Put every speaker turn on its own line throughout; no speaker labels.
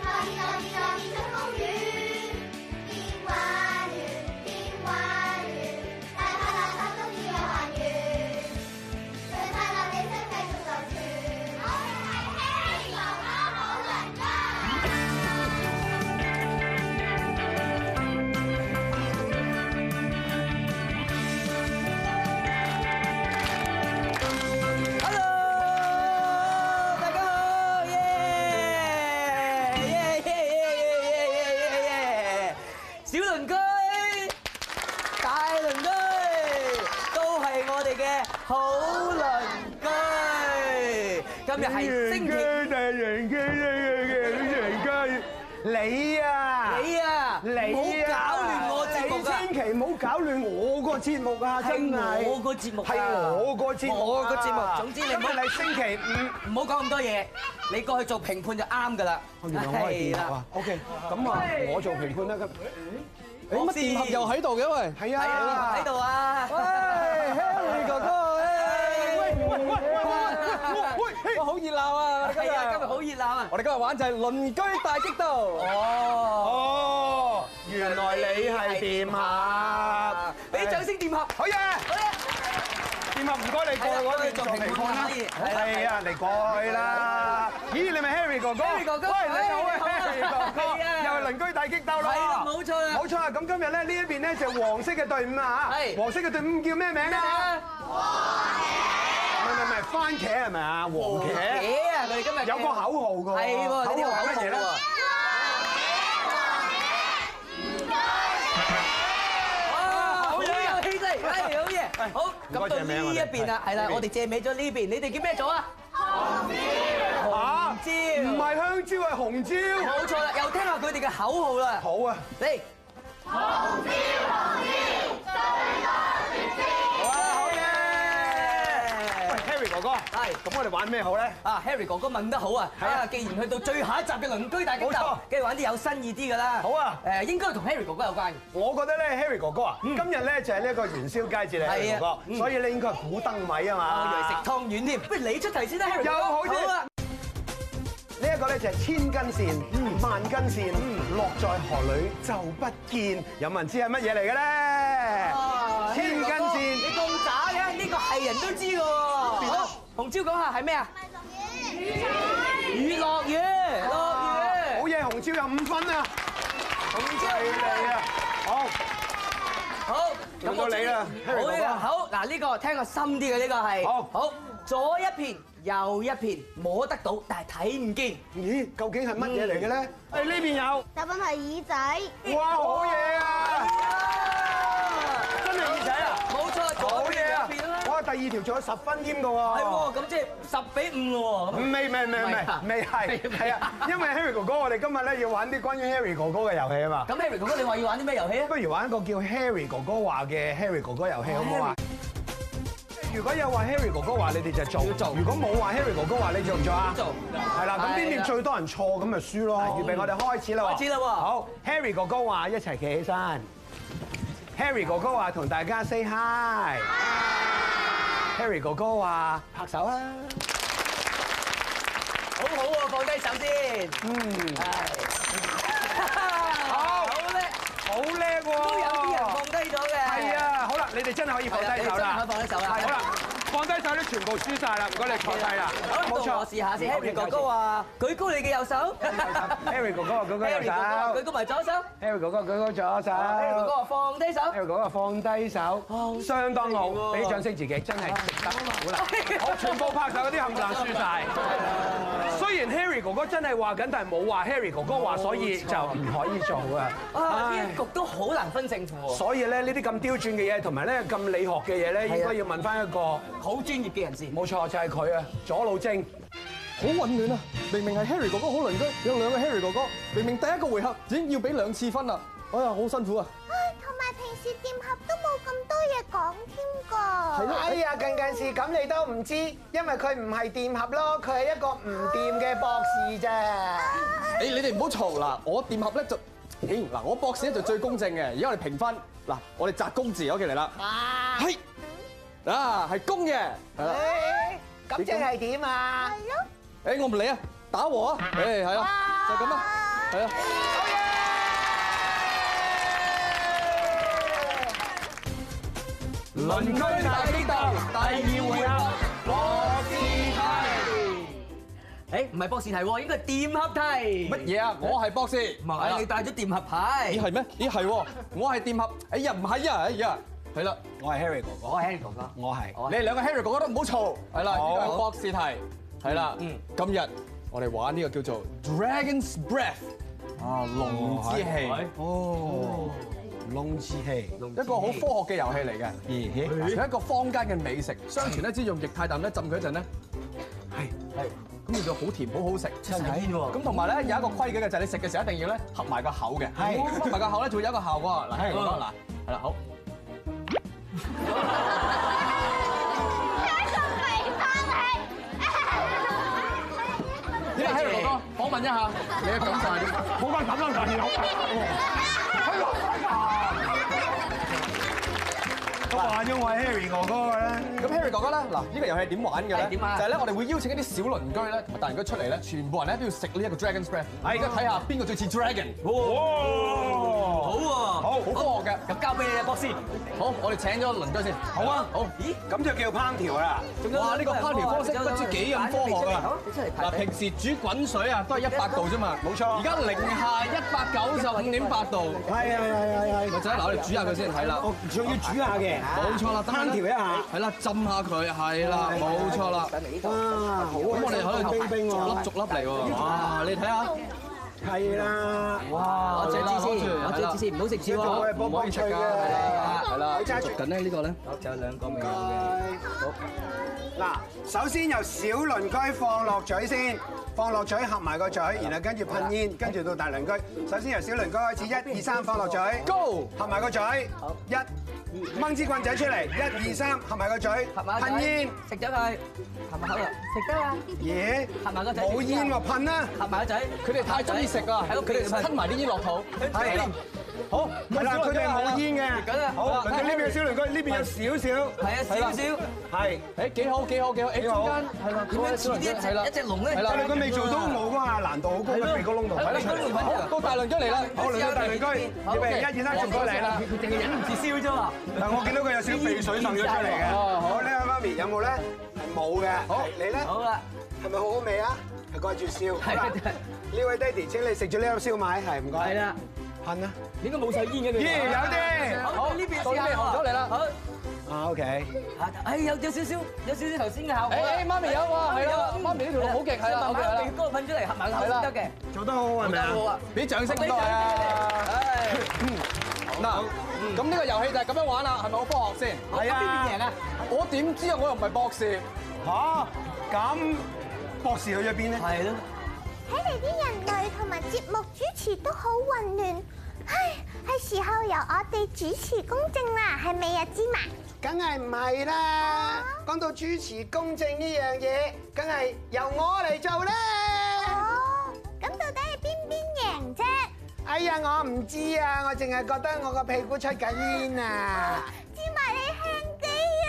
樂樂兒童公園，變幻園，變幻園，大派垃圾都要有還原，最快樂你想繼續流傳。我哋係希望啦，好鄰居。
Hello，大家好，耶耶耶耶耶耶耶耶，小鄰居、大鄰居都係我哋嘅好鄰居。今日係星期
大人家，大人家，你啊，
你啊，
你啊
唔好搞亂我節目啊！
你千祈唔好搞亂我個節目啊！真係
係我個節目啊
係我個節目啊，
我個節
à.
目總之你唔好
今日係星期
唔
五，
好講咁多嘢，你過去做評判就啱㗎啦。
原來我係電
係
台
啦
啊。OK，咁啊，我做評判啦咁。
我
誒乜
知
電台又喺度嘅喂？係
係
à.
啊，喺度啊！
Harry 哥哥，喂喂喂喂喂喂，好熱鬧啊
係啊，今日好熱鬧啊！
我哋今日玩就係鄰居大激鬥。
哦。
哦，原來你係掂客，
俾掌聲掂合。
好嘢！掂客唔該你過去嗰邊做評判啦，係啊，你過去啦。咦，你咪 Harry 哥哥
Harry 哥哥
喂，你好啊
喂你好啊
，Harry 哥哥，
係啊
又 係鄰居大激鬥啦，
係啦冇錯啦
冇錯啊。咁今日咧呢一邊咧就係黃色嘅隊伍啊，
係
黃色嘅隊伍叫咩名啊？唔係唔係唔係，番茄係咪啊？黃茄有個口號㗎喎，
係喎你哋有口號
係乜嘢咧
喎？好有氣勢，係好嘢。好，咁到呢一邊啦，係啦，我哋借尾咗呢邊，你哋叫咩組啊？
啊
紅椒
唔係香蕉係紅椒。
冇錯啦，又聽下佢哋嘅口號啦。
好啊，
嚟，
好啊，好嘅。喂
係
，Harry 哥哥，
係
哎咁我哋玩咩好咧？
啊，Harry 哥哥問得好啊！
係啊
啊，既然去到最後一集嘅鄰居大激
冇錯
鬥，梗係玩啲有新意啲㗎啦。
好啊
誒，應該同 Harry 哥哥有關嘅。
我覺得咧，Harry 哥哥啊，今日咧就係呢一個元宵佳節嚟
係啊
，Harry 哥哥，
嗯
所以咧應該係古燈謎啊
我以為
嘛。
食湯圓添，不如你出題先啦，Harry 哥哥。
又好啲
啊！
呢一個咧就係千斤線、萬斤線，落在河裏就不見。有冇人知係乜嘢嚟嘅咧？千斤
你
線
咁渣嘅，呢個係人都知嘅喎。好，紅椒講下係咩啊？雨落雨，落
好
雨。
嘢，紅椒有五分啊！
紅
犀利啊！好，
好，
輪到你啦
好
，Harry 哥哥
呢個好嗱，呢個聽個深啲嘅呢個係。
好
好，左一片，右一片，摸得到，但係睇唔見。
咦，究竟係乜嘢嚟嘅咧？誒嗯哎呢邊
答案係耳仔。
有，哇，好嘢啊！真係耳仔啊！
冇錯，
好
左
嘢
邊
啊
右邊啦！。
哇，第二條仲有十分添㗎喎。
係喎，咁即係十比五咯喎。咁
未未未
唔
未
係啊
未係係啊，因為 Harry 哥哥，我哋今日咧要玩啲關於 Harry 哥哥嘅遊戲啊嘛，
咁 Harry 哥哥，你話要玩啲咩遊戲啊
不？如玩一個叫 Harry 哥哥話嘅 Harry 哥哥遊戲好唔好啊？如果有話 Harry 哥哥話，你哋就做；
要做
如果冇話 Harry 哥哥話，你做唔做啊？
做
係啦，咁邊
係
邊
啦
最多人錯咁咪輸咯。預備，我哋開始啦喎！
開始啦喎
好，Harry 哥哥話一齊企起身。Harry 哥哥話同大家 say hi。Harry 哥哥話拍手啦。
好好喎，放低手先。
嗯。
係。
好
好叻，
好叻喎！
都有啲人放低咗嘅。
係，啊，好啦，你哋真係可以放低手啦，
係啦你真係可以放低手啦
係好啦，放低手咧，全部輸晒啦，唔該你坐低啦。
好啦，到我試下先。Harry 哥哥話：舉高你嘅右手。
Harry 哥哥話舉高右
Harry
手
哥哥話舉高埋左手。
，Harry 哥哥舉高左手
Harry 哥哥話放低手。
，Harry 哥哥放低手，相當好，俾啲掌聲自己，真係值得鼓勵。好，全部拍手嗰啲冚唪唥輸晒。雖然 Harry 哥哥真係話緊，但係冇話 Harry 哥哥話，所以就唔可以做啊。
啊，
唉
呢一局都好難分勝負喎。
所以咧，呢啲咁刁鑽嘅嘢，同埋咧咁理學嘅嘢咧，應該要問翻一個
好專業嘅人士。
冇錯，就係佢啊，左腦精。
好混亂啊！明明係 Harry 哥哥好鄰居，有兩個 Harry 哥哥，明明第一個回合已經要俾兩次分啦，哎呀，好辛苦啊！
唉，同埋平時掂合都冇咁多嘢講添㗎。
哎呀，近近事咁你都唔知，因為佢唔係掂合咯，佢係一個唔掂嘅博士啫。
誒，你哋唔好嘈啦，我掂合咧就，誒嗱，我博士咧就最公正嘅，而家我哋評分，嗱，我哋擲公字，OK 嚟啦，係，啊係公嘅，係啦，
咁即係點啊？
係咯。
誒我唔理啊，打和啊，誒係啦，就咁啦，
啊
係咯。鄰居大激鬥第二回合，我是
誒，唔係博士題喎，應該係電盒題。
乜嘢啊？我係博士，
唔係，你帶咗電盒牌
咦。係咩？咦係喎，我係掂合，哎呀唔係啊，哎呀，係啦，我係 Harry 哥
我
哥，
係 Harry 哥哥。
我係
我係
你哋兩個 Harry 哥哥都唔好嘈，係啦，呢個係
好
博士題，係啦
嗯，
今日我哋玩呢個叫做 Dragon's Breath 啊龍之氣，
哦，龍之氣，
一個好科學嘅遊戲嚟嘅。
咦？
係一個坊間嘅美食，相傳咧只用液態氮咧浸佢一陣咧，係係，咁變到好甜好好食。
真係煙喎
咁同埋咧有一個規矩嘅就係你食嘅時候一定要咧合埋個口嘅，
係
合埋個口咧就會有一個效果。嗱，
係
咁樣嗱，係啦，好，點解 Harry 哥哥訪問一下你嘅感受係點？
好快咁啦，大佬。
我話咗我係 Harry 哥哥嘅咧，
咁 Harry 哥哥咧，嗱呢個遊戲點玩嘅咧
係？點啊
就係咧，我哋會邀請一啲小鄰居咧同埋大鄰居出嚟咧，全部人咧都要食呢一個 Dragon's Breath。我而家睇下邊個最似 Dragon，
哇！
好喎。好。
好科學嘅。
咁交俾你啦，博士。
好，我哋請咗鄰居先。好
啊
好。
咦？
咁就叫烹調啦。
哇！呢個烹調方式不知幾咁科學啊！嗱，
嗱，
平時煮滾水啊，都係一百度啫嘛，
冇錯
而家零下一百九十五點八度，
係係係係
咪
係，
仔嗱，我哋煮下佢先睇啦。
我仲要煮下嘅，
冇錯啦，等佢
烹調一下，
係啦，浸下佢，係啦，冇錯啦。
哇，好
咁我哋喺度
冰冰
逐粒
喎，
逐粒嚟喎。哇！你睇下，
係啦，
哇！我最知先，我最知先，唔好食住喎。
波波脆
係
嘅，
啦，係啦，逐緊咧呢個咧，
仲有兩個未有嘅。
Dạ.
嗱，首先由小鄰居放落嘴先。放落嘴合埋個嘴，然後跟住噴煙，跟住到大鄰居。首先由小鄰居開始，一二三放落嘴。
Go！
合埋個嘴，一掹支棍仔出嚟，一二三，合埋個嘴，
合埋
噴煙，
食咗佢，合埋口啦，食得啦，
咦，
合埋個嘴，
冇煙喎，噴啦，
合埋個嘴，
佢哋太中意食啊，
喺屋
佢
企
哋吞埋啲煙落肚。
係啦，
好，
係啦，佢哋冇煙
緊
嘅，
啦
好，鄰居呢邊有小鄰居，呢邊有少少，
係啊，少少，
係，
誒幾好幾好幾好，誒中間係啦，
點樣似啲一隻一隻龍咧？
係啦
但係佢未做到我嗰下難度好高嘅鼻哥窿度，
係咯，咁
好，到大鄰居嚟啦。
好鄰居大鄰居，你咪一二三仲過嚟
Dạ,
啦，
佢淨係忍唔住燒啫嘛。
但我見到佢有少少鼻水滲咗出嚟嘅，好呢位媽咪有冇咧？係冇嘅，好你咧？
好啦，
係咪好好味啊？係掛住笑。好啦
係
呢位爹哋，請你食咗呢粒燒賣，係唔該。
係，啦，
噴啦。
應該冇晒煙嘅
咦，
佢。
有
Dạ, Ờ,
啲。
好，呢邊
到呢邊紅咗嚟啦。
好，
啊，OK。
哎有有少少有少少頭先嘅效果。
誒誒，媽咪有啊，係啊，媽咪呢條路好勁，係啦，OK 啦
俾，高噴出嚟，合埋口先得嘅。
做得好好係咪
Dạ,
啊？
啊！
俾掌聲咁多位啊！嗱，咁呢個遊戲就係咁樣玩啦，係咪好科學先？
係啊
邊邊贏啊？
我點知啊？我又唔係博士，
嚇，咁博士去咗邊咧？
係咯，
睇嚟啲人類同埋節目主持都好混亂，唉，係時候由我哋主持公正啦，係咪啊，芝麻？
梗係唔係啦？講到主持公正呢樣嘢，梗係由我嚟做啦。
哦，咁到底係邊邊贏啫？
哎呀，我唔知啊，我淨係覺得我個屁股出緊煙啊！
芝麻你輕機啊！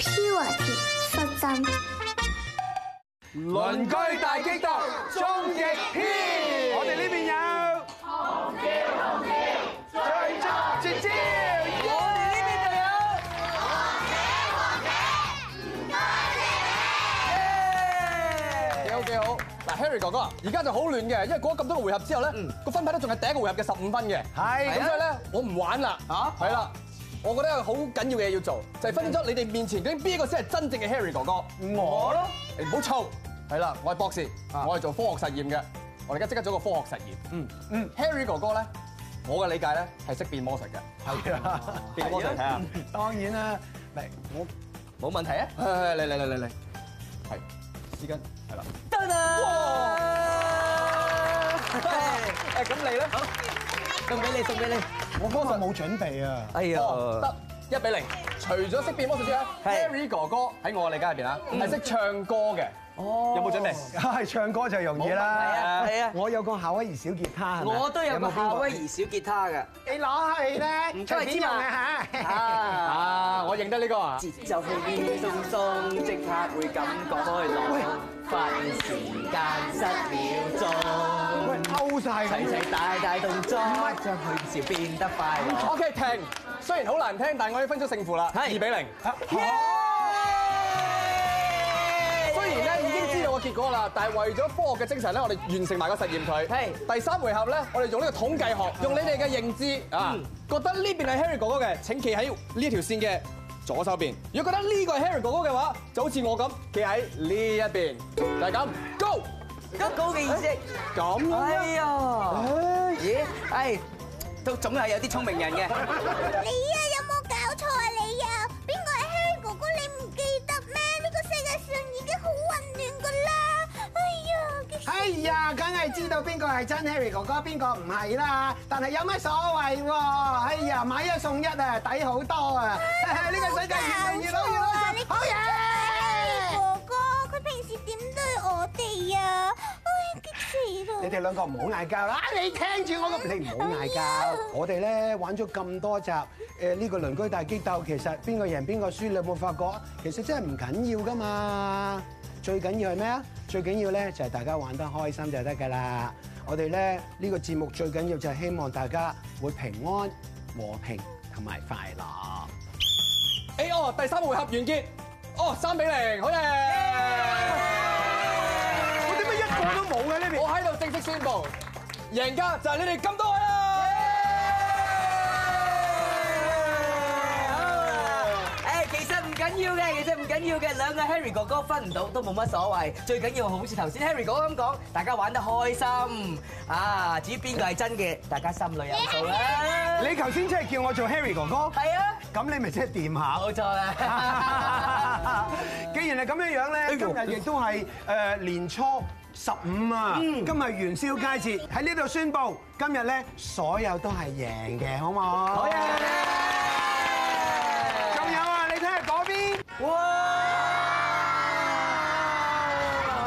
Purity 失真。
鄰居大激鬥終極篇。
我哋呢邊有紅椒紅椒，最作絕招。
我哋呢邊就有。
幾好幾好。嗱，Harry 哥哥啊，而家就好亂嘅，因為過咗咁多個回合之後咧，個分派咧仲係第一個回合嘅十五分嘅。
嗯係啊
咁所以咧，我唔玩啦。
啊
係啦，我覺得有好緊要嘅嘢要做，就係分清楚你哋面前究竟邊一個先係真正嘅 Harry 哥哥。
我咯，啊
你唔好嘈。係啦，我係博士，我係做科學實驗嘅。我哋而家即刻做個科學實驗。嗯嗯，Harry 哥哥咧，我嘅理解咧係識變魔術嘅。
係啊，
變魔術睇下，
當然啦，咪我
冇問題啊！嚟嚟嚟嚟嚟，係絲巾係啦。
得啦！
誒咁你咧？
Ờ. 送俾你，送俾你。
我嗰個冇準備啊。
哎呀，
哦得一比零。除咗識變魔術之外
係嗯
，Harry 哥哥喺我哋家入邊啊，係識唱歌嘅。
哦
有冇準備？
係唱歌就容易
係
啦。
啊係啊，
我有個夏威夷小吉他，係咪
我都有個
冇邊
夏威夷小吉他㗎，
你攞去
唔
咧，
該
隨便
芝麻
用啊嚇。
啊，
啊，我認得呢個啊！
節奏氣邊鬆鬆，即刻會感覺開朗，分時間失秒鐘。
勾晒
齊齊大大動作，將佢笑變得快樂。
OK，停。雖然好難聽，但我已經分出勝負啦，
係啊
二比零。雖然咧已經知道個結果啦，但係為咗科學嘅精神咧，我哋完成埋個實驗佢。
係
第三回合咧，我哋用呢個統計學，用你哋嘅認知啊，覺得呢邊係 Harry 哥哥嘅，請企喺呢條線嘅左手邊；如果覺得呢個係 Harry 哥哥嘅話，就好似我咁企喺呢一邊，就係咁。Go，
咁高嘅意識，
咁樣
哎
啦。
呀，
哎
咦，係都總係有啲聰明人嘅。
你啊，有冇搞錯啊你啊？邊個係 Harry 哥哥？你唔記得咩？呢個世界上已經好混亂噶啦！哎呀，激死！
哎呀，梗係知道邊個係真 Harry 哥哥，邊個唔係啦。但係有乜所謂喎？哎呀，買一送一啊，抵好多啊！ 呢個世界越嚟越老越老
你
好
哎
嘢！
Harry 哥哥，佢平時點對我哋啊？哎，激死啦！
你哋兩個唔好嗌交啦！你聽住我個，你唔好嗌交。我哋咧玩咗咁多集，誒呢個鄰居大激鬥，其實邊個贏邊個輸，你有冇發覺？其實真係唔緊要噶嘛。最緊要係咩啊？最緊要咧就係大家玩得開心就得㗎啦。我哋咧呢個節目最緊要就係希望大家會平安、和平同埋快樂。
A 哦，第三回合完結。哦，三比零，好嘢！
我點解一個都冇嘅呢邊？
我喺度正式宣布，贏家就係你哋咁多位
誒，
啦！
其實唔緊要嘅，其實唔緊要嘅，兩個 Harry 哥哥分唔到都冇乜所謂，最緊要好似頭先 Harry 哥哥咁講，大家玩得開心啊！至於邊個係真嘅，大家心裏有數啦。
你頭先真係叫我做 Harry 哥哥，
係啊，
咁你咪即係掂下。
冇錯啦。
既然係咁樣樣咧，今日亦都係誒年初十五啊，今日元宵佳節喺呢度宣布，今日咧所有都係贏嘅，好唔好？好
嘢
仲有啊，你睇下嗰邊，
哇！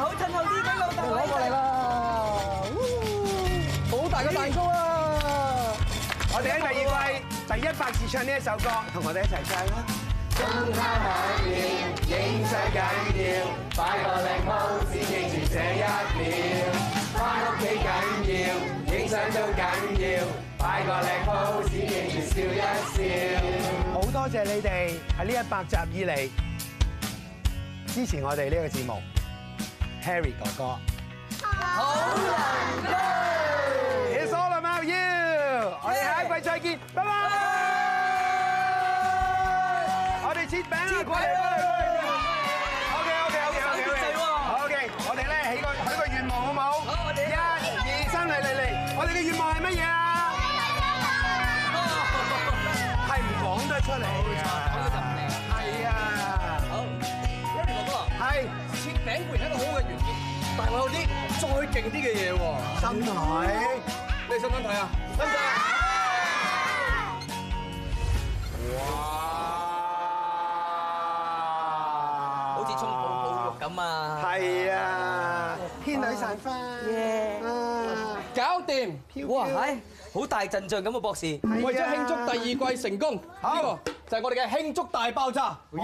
好趁後啲，俾老豆
攞過嚟啦！好大個蛋糕啊！
我哋喺第二季第一百次唱呢一首歌，同我哋一齊唱啦！
中餐緊要，影相緊要，擺個靚 pose 記住這一秒。翻屋企緊要，影相都緊要，擺個靚 pose 記住笑一笑。
好多謝你哋喺呢一百集以嚟支持我哋呢個節目，Harry 哥哥。It's all about you！我哋下一季再見，拜拜！我哋切餅啦，過嚟過嚟過嚟！OK OK OK OK OK 好 OK，我哋咧起個許個願望好唔好？
好我哋
一、二、三，嚟嚟嚟！我哋嘅願望係乜嘢啊？係唔講得出嚟嘅，係啊，
好，Harry 哥哥，
係
切餅固然係一個好嘅原結，但我有啲再勁啲嘅嘢喎，
心海。
你想唔想睇啊？想唔想啊？
哇！
好似沖泡泡浴咁啊！
係啊，天女散花。啊
搞掂！
哇，係好大陣仗咁啊，博士。
為咗慶祝第二季成功，呢個就係我哋嘅慶祝大爆炸，
耶！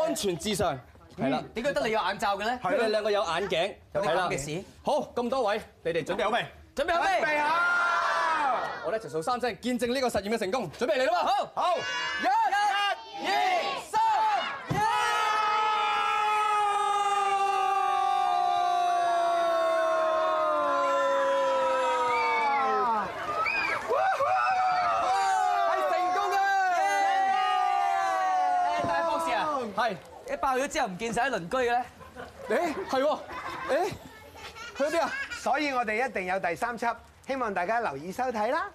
安全至上。係啦，
點解得你有眼罩嘅咧？
你哋兩個有眼鏡，
有啲
係啦
咁嘅事。
好，咁多位，你哋準備好未？
準備好
準備
未？
好。
我哋一齊數三聲，見證呢個實驗嘅成功。準備嚟啦嘛！好，
好。
一、二、三、
係成功
一！大博士啊，
嘅。係，
一爆咗之後唔見晒啲鄰居嘅咧，
誒係喎，誒去咗邊啊？
所以我哋一定有第三輯，希望大家留意收睇啦。